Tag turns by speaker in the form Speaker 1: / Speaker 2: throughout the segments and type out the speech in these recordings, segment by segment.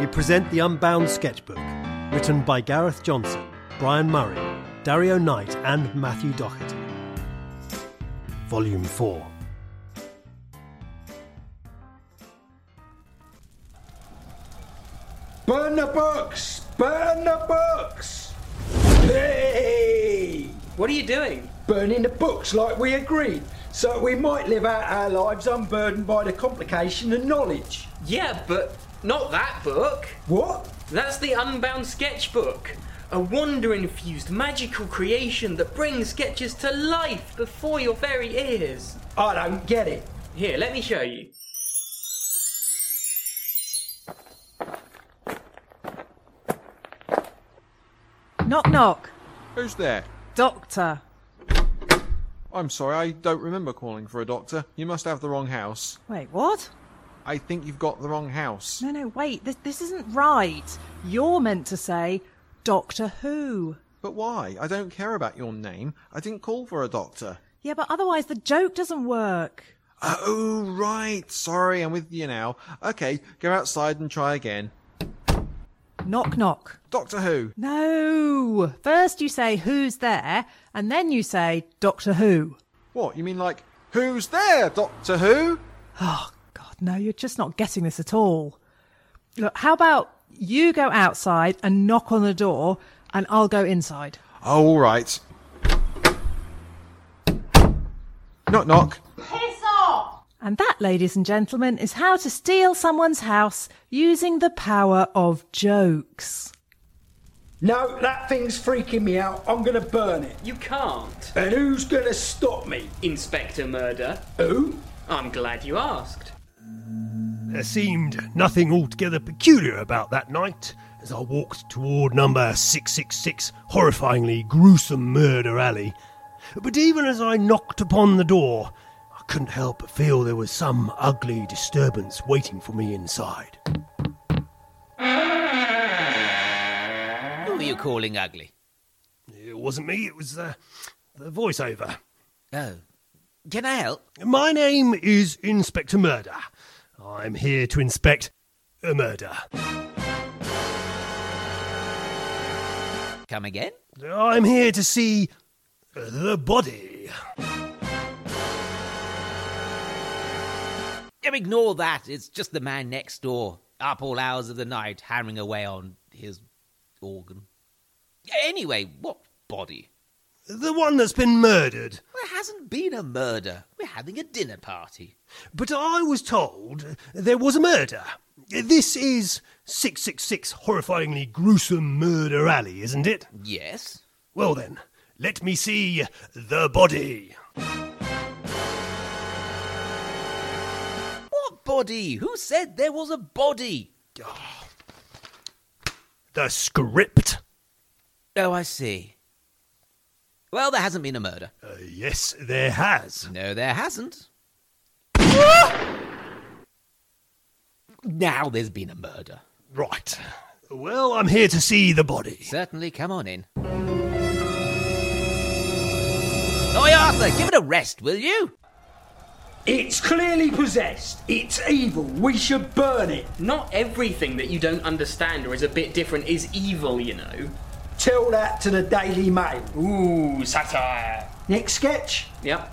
Speaker 1: we present The Unbound Sketchbook, written by Gareth Johnson, Brian Murray, Dario Knight, and Matthew Doherty. Volume 4.
Speaker 2: Burn the books! Burn the books! Hey!
Speaker 3: What are you doing?
Speaker 2: Burning the books like we agreed, so we might live out our lives unburdened by the complication and knowledge.
Speaker 3: Yeah, but not that book.
Speaker 2: What?
Speaker 3: That's the Unbound Sketchbook, a wonder infused magical creation that brings sketches to life before your very ears.
Speaker 2: I don't get it.
Speaker 3: Here, let me show you.
Speaker 4: Knock knock.
Speaker 5: Who's there?
Speaker 4: Doctor.
Speaker 5: I'm sorry, I don't remember calling for a doctor. You must have the wrong house.
Speaker 4: Wait, what?
Speaker 5: I think you've got the wrong house.
Speaker 4: No, no, wait. This, this isn't right. You're meant to say Doctor Who.
Speaker 5: But why? I don't care about your name. I didn't call for a doctor.
Speaker 4: Yeah, but otherwise the joke doesn't work.
Speaker 5: Oh, right. Sorry, I'm with you now. Okay, go outside and try again.
Speaker 4: Knock knock.
Speaker 5: Doctor Who.
Speaker 4: No. First you say who's there, and then you say Doctor Who.
Speaker 5: What? You mean like, who's there, Doctor Who?
Speaker 4: Oh, God, no, you're just not getting this at all. Look, how about you go outside and knock on the door, and I'll go inside?
Speaker 5: Oh, all right. Knock, knock.
Speaker 4: And that, ladies and gentlemen, is how to steal someone's house using the power of jokes.
Speaker 2: No, that thing's freaking me out. I'm gonna burn it.
Speaker 3: You can't,
Speaker 2: And who's gonna stop me?
Speaker 3: Inspector Murder. Oh?
Speaker 2: Who?
Speaker 3: I'm glad you asked.
Speaker 1: There seemed nothing altogether peculiar about that night as I walked toward number 666, horrifyingly gruesome murder alley. But even as I knocked upon the door, I couldn't help but feel there was some ugly disturbance waiting for me inside.
Speaker 6: Who are you calling ugly?
Speaker 1: It wasn't me, it was uh, the voiceover.
Speaker 6: Oh. Can I help?
Speaker 1: My name is Inspector Murder. I'm here to inspect a murder.
Speaker 6: Come again?
Speaker 1: I'm here to see the body.
Speaker 6: Yeah, ignore that. It's just the man next door, up all hours of the night, hammering away on his organ. Anyway, what body?
Speaker 1: The one that's been murdered.
Speaker 6: There hasn't been a murder. We're having a dinner party.
Speaker 1: But I was told there was a murder. This is 666 Horrifyingly Gruesome Murder Alley, isn't it?
Speaker 6: Yes?
Speaker 1: Well then, let me see the body.
Speaker 6: What body? Who said there was a body?
Speaker 1: The script.
Speaker 6: Oh, I see. Well, there hasn't been a murder.
Speaker 1: Uh, yes, there has.
Speaker 6: No, there hasn't. Ah! now there's been a murder.
Speaker 1: Right. Well, I'm here to see the body.
Speaker 6: Certainly, come on in. Oi, Arthur, give it a rest, will you?
Speaker 2: It's clearly possessed. It's evil. We should burn it.
Speaker 3: Not everything that you don't understand or is a bit different is evil, you know.
Speaker 2: Tell that to the Daily Mail.
Speaker 3: Ooh, satire.
Speaker 2: Next sketch.
Speaker 3: Yep.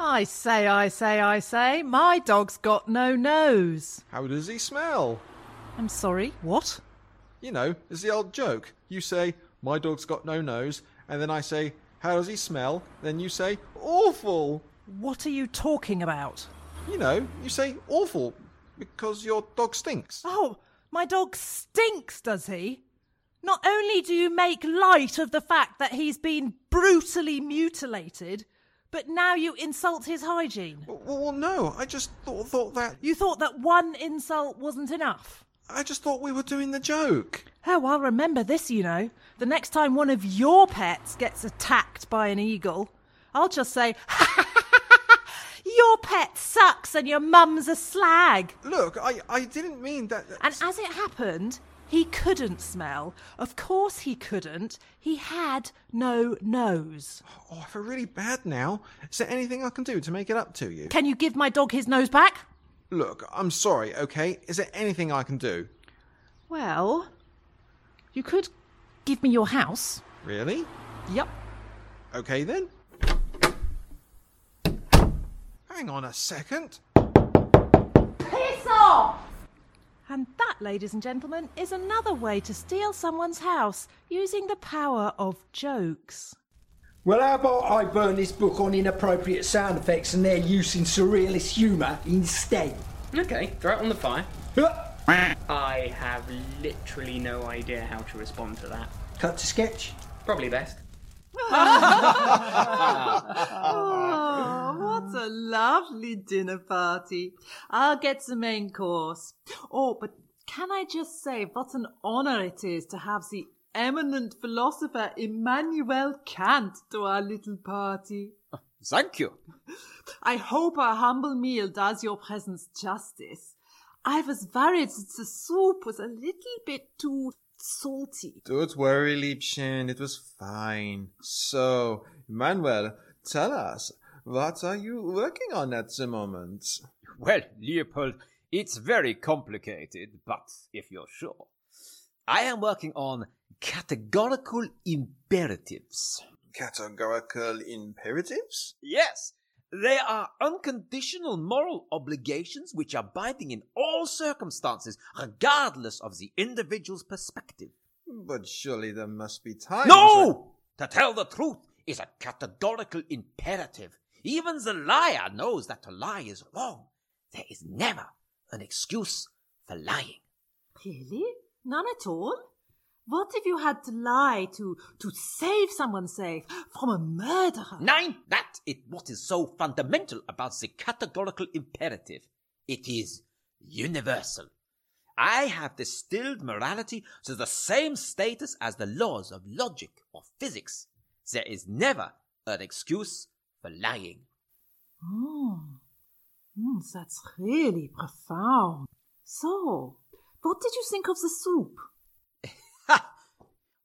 Speaker 4: I say, I say, I say, my dog's got no nose.
Speaker 5: How does he smell?
Speaker 4: I'm sorry, what?
Speaker 5: You know, it's the old joke. You say, my dog's got no nose, and then I say, how does he smell? Then you say, awful.
Speaker 4: What are you talking about?
Speaker 5: You know, you say awful because your dog stinks.
Speaker 4: Oh, my dog stinks, does he? Not only do you make light of the fact that he's been brutally mutilated, but now you insult his hygiene.
Speaker 5: Well, Oh, well, no, I just thought, thought that.
Speaker 4: You thought that one insult wasn't enough.
Speaker 5: I just thought we were doing the joke.
Speaker 4: Oh, I'll remember this, you know. The next time one of your pets gets attacked by an eagle, I'll just say, Your pet sucks and your mum's a slag.
Speaker 5: Look, I, I didn't mean that. that-
Speaker 4: And as it happened, he couldn't smell. Of course he couldn't. He had no nose.
Speaker 5: Oh, I feel really bad now. Is there anything I can do to make it up to you?
Speaker 4: Can you give my dog his nose back?
Speaker 5: Look, I'm sorry, okay? Is there anything I can do?
Speaker 7: Well, you could give me your house.
Speaker 5: Really?
Speaker 7: Yep.
Speaker 5: Okay then. Hang on a second.
Speaker 7: Piss off! And that, ladies and gentlemen, is another way to steal someone's house using the power of jokes.
Speaker 2: Well, how about I burn this book on inappropriate sound effects and their use in surrealist humour instead?
Speaker 8: Okay, throw it on the fire.
Speaker 2: Huh.
Speaker 8: I have literally no idea how to respond to that.
Speaker 2: Cut to sketch.
Speaker 8: Probably best.
Speaker 4: Oh, what a lovely dinner party. I'll get the main course. Oh, but can I just say what an honor it is to have the eminent philosopher Immanuel Kant to our little party.
Speaker 6: Thank you.
Speaker 4: I hope our humble meal does your presence justice. I was worried that the soup was a little bit too salty.
Speaker 5: Don't worry, Liebchen, it was fine. So, Manuel, tell us, what are you working on at the moment?
Speaker 6: Well, Leopold, it's very complicated, but if you're sure. I am working on categorical imperatives.
Speaker 5: Categorical imperatives?
Speaker 6: Yes, they are unconditional moral obligations which are binding in all circumstances, regardless of the individual's perspective.
Speaker 5: But surely there must be times.
Speaker 6: No! To tell the truth is a categorical imperative. Even the liar knows that to lie is wrong. There is never an excuse for lying.
Speaker 4: Really? None at all? What if you had to lie to, to save someone safe from a murderer?
Speaker 6: Nine, that is what is so fundamental about the categorical imperative. It is universal. I have distilled morality to the same status as the laws of logic or physics. There is never an excuse for lying.
Speaker 4: Hmm. Hmm, that's really profound. So, what did you think of the soup?
Speaker 6: Ha!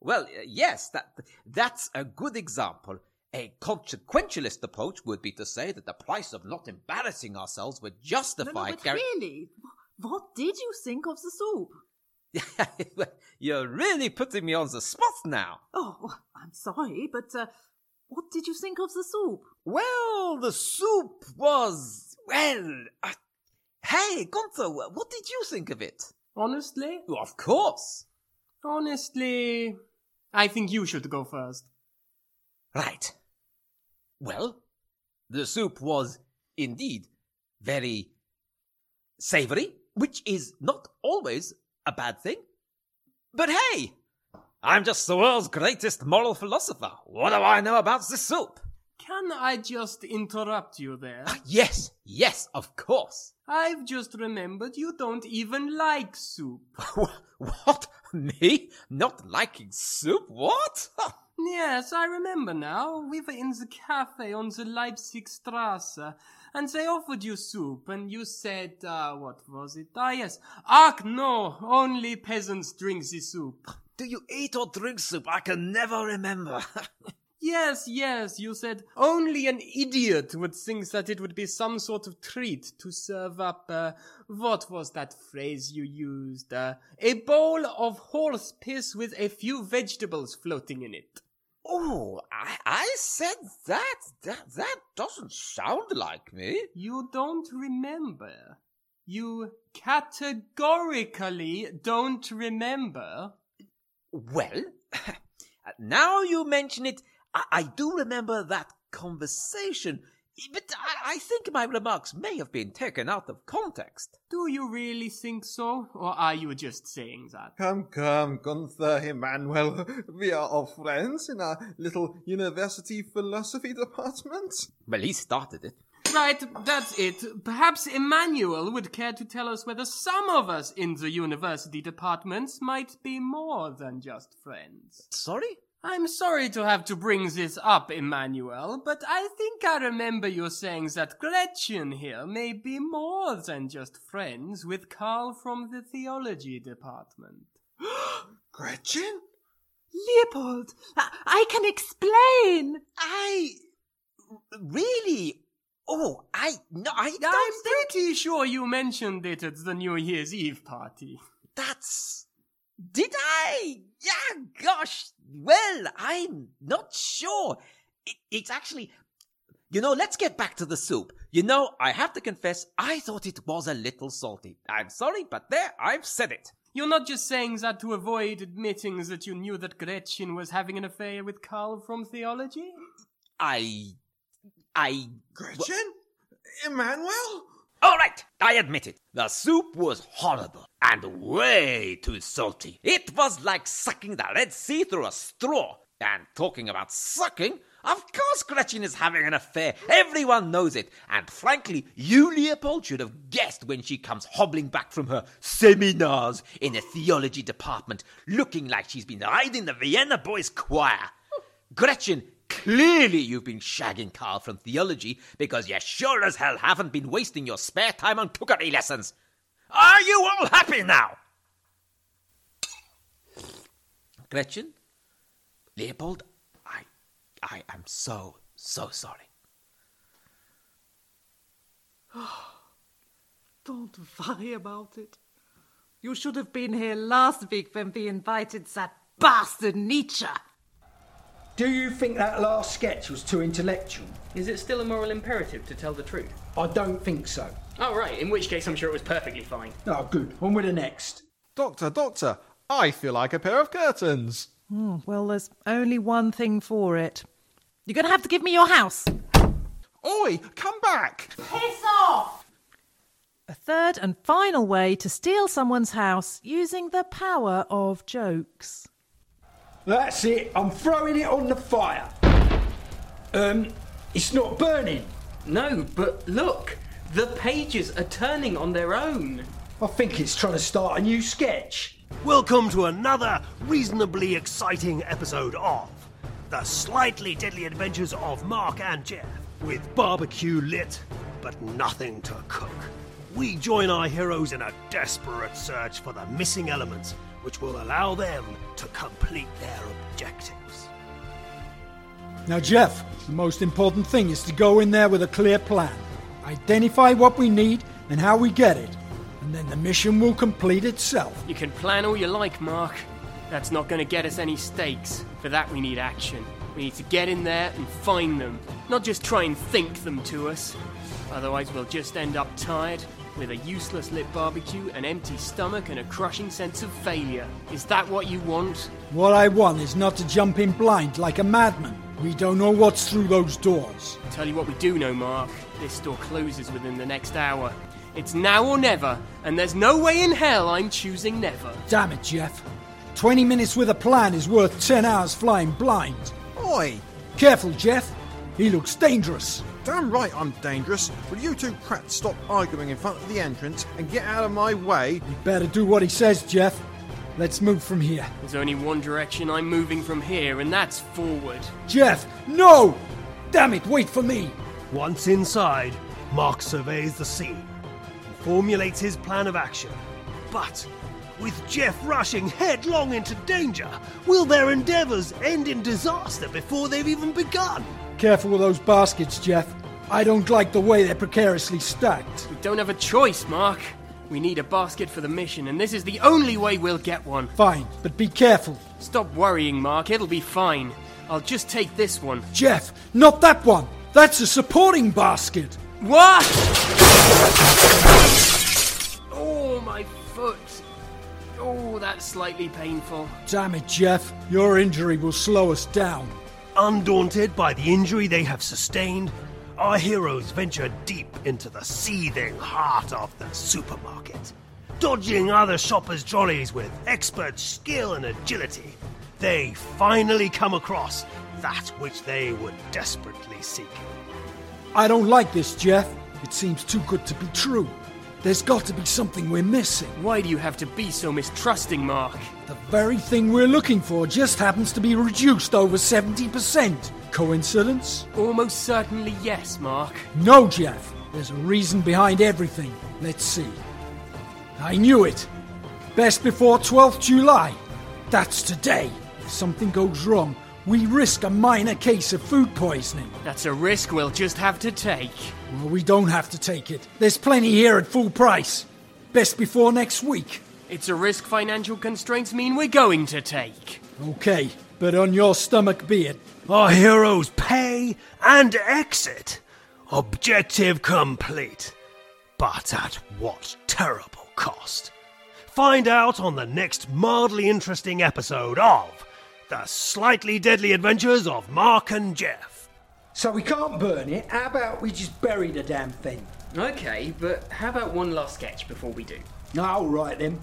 Speaker 6: Well, uh, yes, that that's a good example. A consequentialist approach would be to say that the price of not embarrassing ourselves would
Speaker 4: No, no,
Speaker 6: justify
Speaker 4: but
Speaker 6: carrying.
Speaker 4: really, what did you think of the soup?
Speaker 6: You're really putting me on the spot now.
Speaker 4: Oh, well, I'm sorry, but uh, what did you think of the soup?
Speaker 6: Well, the soup was well. Uh, hey, Gunther, wh- what did you think of it?
Speaker 3: Honestly?
Speaker 6: Well, of course.
Speaker 3: Honestly, I think you should go first.
Speaker 6: Right. Well, the soup was indeed very savory, which is not always a bad thing. But hey, I'm just the world's greatest moral philosopher. What do I know about this soup?
Speaker 3: Can I just interrupt you there?
Speaker 6: Ah, Yes, yes, of course.
Speaker 3: I've just remembered you don't even like soup.
Speaker 6: what? Me? Not liking soup? What?
Speaker 3: Yes, I remember now. We were in the cafe on the Leipzig Strasse, and they offered you soup, and you said, uh, what was it? Ah, yes. Ach, no, only peasants drink the soup.
Speaker 6: do you eat or drink soup? I can never remember.
Speaker 3: Yes, yes, you said only an idiot would think that it would be some sort of treat to serve up, uh, what was that phrase you used? Uh, a bowl of horse piss with a few vegetables floating in it.
Speaker 6: Oh, I, I said that. That that doesn't sound like me.
Speaker 3: You don't remember. You categorically don't remember.
Speaker 6: Well, now you mention it, I, I do remember that conversation, but I, I think my remarks may have been taken out of context.
Speaker 3: Do you really think so? Or are you just saying that?
Speaker 5: Come, come, Gunther Emanuel. We are all friends in our little university philosophy department.
Speaker 6: Well, he started it.
Speaker 3: Right, that's it. Perhaps Emmanuel would care to tell us whether some of us in the university departments might be more than just friends.
Speaker 6: Sorry?
Speaker 3: I'm sorry to have to bring this up, Emmanuel, but I think I remember you saying that Gretchen here may be more than just friends with Carl from the theology department.
Speaker 5: Gretchen?
Speaker 4: Leopold, I, I can explain.
Speaker 6: I really. Oh, I no, I don't
Speaker 3: I'm
Speaker 6: think
Speaker 3: pretty sure you mentioned it at the New Year's Eve party.
Speaker 6: that's Did I? Yeah, gosh. Well, I'm not sure. It, it's actually. You know, let's get back to the soup. You know, I have to confess, I thought it was a little salty. I'm sorry, but there, I've said it.
Speaker 3: You're not just saying that to avoid admitting that you knew that Gretchen was having an affair with Carl from theology?
Speaker 6: I. I.
Speaker 5: Gretchen? Emmanuel?
Speaker 6: All right, I admit it. The soup was horrible and way too salty. It was like sucking the Red Sea through a straw. And talking about sucking, of course Gretchen is having an affair. Everyone knows it. And frankly, you, Leopold, should have guessed when she comes hobbling back from her seminars in the theology department, looking like she's been riding the Vienna Boys Choir. Gretchen, clearly you've been shagging Carl from theology because you sure as hell haven't been wasting your spare time on cookery lessons. Are you all happy now? Gretchen? Leopold, I I am so, so sorry.
Speaker 9: Don't worry about it. You should have been here last week when we invited that bastard Nietzsche.
Speaker 10: Do you think that last sketch was too intellectual?
Speaker 11: Is it still a moral imperative to tell the truth?
Speaker 10: I don't think so.
Speaker 11: Oh, right, in which case I'm sure it was perfectly fine.
Speaker 10: Oh, good. On with the next.
Speaker 5: Doctor, doctor, I feel like a pair of curtains.
Speaker 4: Hmm, Well, there's only one thing for it. You're going to have to give me your house.
Speaker 5: Oi, come back!
Speaker 9: Piss off!
Speaker 4: A third and final way to steal someone's house using the power of jokes.
Speaker 10: That's it. I'm throwing it on the fire. Um, it's not burning.
Speaker 11: No, but look, the pages are turning on their own.
Speaker 10: I think it's trying to start a new sketch.
Speaker 1: Welcome to another reasonably exciting episode of The Slightly Deadly Adventures of Mark and Jeff, with barbecue lit but nothing to cook. We join our heroes in a desperate search for the missing elements which will allow them to complete their objectives.
Speaker 2: Now, Jeff, the most important thing is to go in there with a clear plan. Identify what we need and how we get it, and then the mission will complete itself.
Speaker 3: You can plan all you like, Mark. That's not going to get us any stakes. For that, we need action. We need to get in there and find them, not just try and think them to us. Otherwise, we'll just end up tired with a useless lit barbecue, an empty stomach, and a crushing sense of failure. Is that what you want?
Speaker 2: What I want is not to jump in blind like a madman. We don't know what's through those doors.
Speaker 3: Tell you what we do know, Mark. This store closes within the next hour. It's now or never, and there's no way in hell I'm choosing never.
Speaker 2: Damn it, Jeff. 20 minutes with a plan is worth 10 hours flying blind.
Speaker 5: Oi,
Speaker 2: Careful, Jeff. He looks dangerous.
Speaker 5: damn right I'm dangerous. Will you two prats stop arguing in front of the entrance and get out of my way?
Speaker 2: You better do what he says, Jeff. Let's move from here.
Speaker 3: There's only one direction I'm moving from here, and that's forward.
Speaker 2: Jeff, no! Damn it, wait for me!
Speaker 1: Once inside, Mark surveys the scene and formulates his plan of action. But with Jeff rushing headlong into danger, will their endeavours end in disaster before they've even begun?
Speaker 2: Careful with those baskets, Jeff. I don't like the way they're precariously stacked.
Speaker 3: We don't have a choice, Mark. We need a basket for the mission, and this is the only way we'll get one.
Speaker 2: Fine, but be careful.
Speaker 3: Stop worrying, Mark. It'll be fine. I'll just take this one.
Speaker 2: Jeff, not that one! That's a supporting basket!
Speaker 3: What? Oh, my foot. Oh, that's slightly painful.
Speaker 2: Damn it, Jeff. Your injury will slow us down.
Speaker 1: Undaunted by the injury they have sustained, our heroes venture deep into the seething heart of the supermarket. Dodging other shoppers' trolleys with expert skill and agility, they finally come across that which they were desperately seeking.
Speaker 2: I don't like this, Jeff. It seems too good to be true. There's got to be something we're missing.
Speaker 3: Why do you have to be so mistrusting, Mark?
Speaker 2: The very thing we're looking for just happens to be reduced over 70%. Coincidence?
Speaker 3: Almost certainly yes, Mark.
Speaker 2: No, Jeff. There's a reason behind everything. Let's see. I knew it. Best before 12th July. That's today. If something goes wrong, we risk a minor case of food poisoning.
Speaker 3: That's a risk we'll just have to take.
Speaker 2: Well, we don't have to take it. There's plenty here at full price. Best before next week.
Speaker 3: It's a risk financial constraints mean we're going to take.
Speaker 2: Okay, but on your stomach be it.
Speaker 1: Our heroes pay and exit. Objective complete. But at what terrible cost? Find out on the next mildly interesting episode of The Slightly Deadly Adventures of Mark and Jeff.
Speaker 10: So we can't burn it. How about we just bury the damn thing?
Speaker 11: Okay, but how about one last sketch before we do?
Speaker 10: All right then.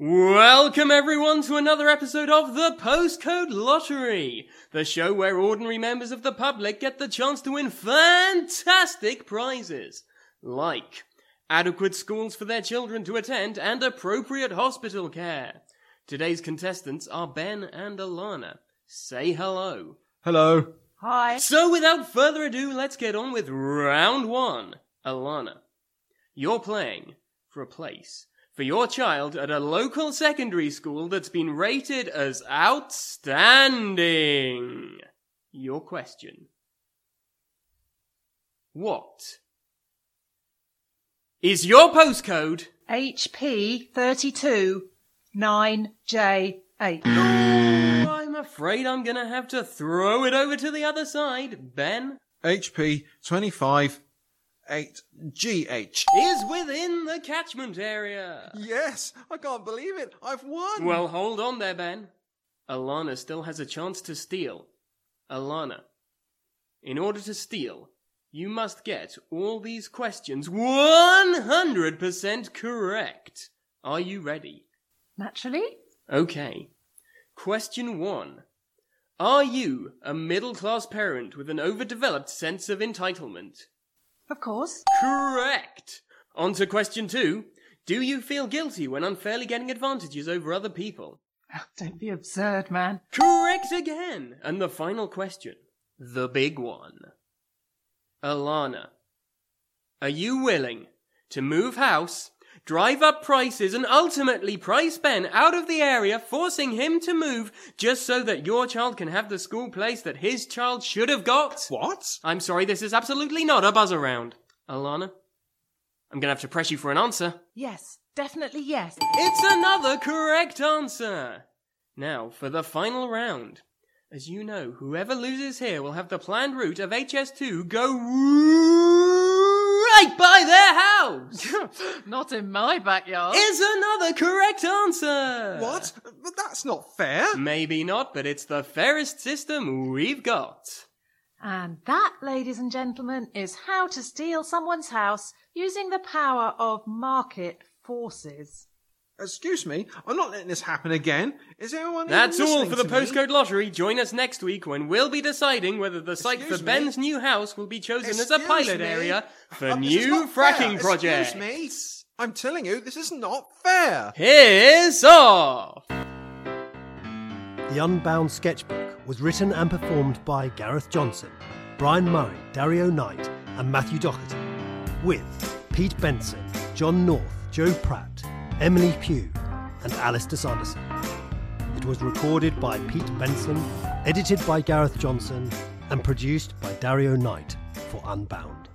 Speaker 3: Welcome, everyone, to another episode of The Postcode Lottery, the show where ordinary members of the public get the chance to win fantastic prizes, like adequate schools for their children to attend and appropriate hospital care. Today's contestants are Ben and Alana. Say hello.
Speaker 5: Hello.
Speaker 4: Hi.
Speaker 3: So, without further ado, let's get on with round one. Alana, you're playing for a place for your child at a local secondary school that's been rated as outstanding. Your question What is your postcode?
Speaker 4: HP 32 9J8.
Speaker 3: I'm afraid I'm gonna have to throw it over to the other side. Ben
Speaker 5: HP 25 8GH.
Speaker 3: is within the catchment area.
Speaker 5: Yes, I can't believe it. I've won.
Speaker 3: Well, hold on there, Ben. Alana still has a chance to steal. Alana, in order to steal, you must get all these questions 100% correct. Are you ready?
Speaker 4: Naturally.
Speaker 3: Okay. Question one. Are you a middle class parent with an overdeveloped sense of entitlement?
Speaker 4: Of course.
Speaker 3: Correct. On to question two. Do you feel guilty when unfairly getting advantages over other people?
Speaker 4: Oh, Don't be absurd, man.
Speaker 3: Correct again. And the final question, the big one. Alana, are you willing to move house, drive up prices, and ultimately price Ben out of the area, forcing him to move just so that your child can have the school place that his child should have got?
Speaker 5: What?
Speaker 3: I'm sorry, this is absolutely not a buzz around. Alana, I'm gonna have to press you for an answer.
Speaker 4: Yes, definitely yes.
Speaker 3: It's another correct answer! Now, for the final round. As you know, whoever loses here will have the planned route of HS2 go right by their house!
Speaker 9: Not in my backyard.
Speaker 3: Is another correct answer!
Speaker 5: What? But that's not fair.
Speaker 3: Maybe not, but it's the fairest system we've got.
Speaker 4: And that, ladies and gentlemen, is how to steal someone's house using the power of market forces.
Speaker 5: Excuse me, I'm not letting this happen again. Is everyone? even
Speaker 3: That's all
Speaker 5: listening
Speaker 3: for the
Speaker 5: to me?
Speaker 3: postcode lottery. Join us next week when we'll be deciding whether the site
Speaker 5: Excuse
Speaker 3: for
Speaker 5: me?
Speaker 3: Ben's new house will be chosen as a
Speaker 5: Excuse
Speaker 3: pilot
Speaker 5: me?
Speaker 3: area for
Speaker 5: Um, this is
Speaker 3: new
Speaker 5: not fair.
Speaker 3: fracking projects.
Speaker 5: Excuse me. I'm telling you, this is not fair.
Speaker 3: Here's off!
Speaker 1: The Unbound Sketchbook was written and performed by Gareth Johnson, Brian Murray, Dario Knight, and Matthew Doherty, with Pete Benson, John North, Joe Pratt, Emily Pugh, and Alistair Sanderson. It was recorded by Pete Benson, edited by Gareth Johnson, and produced by Dario Knight for Unbound.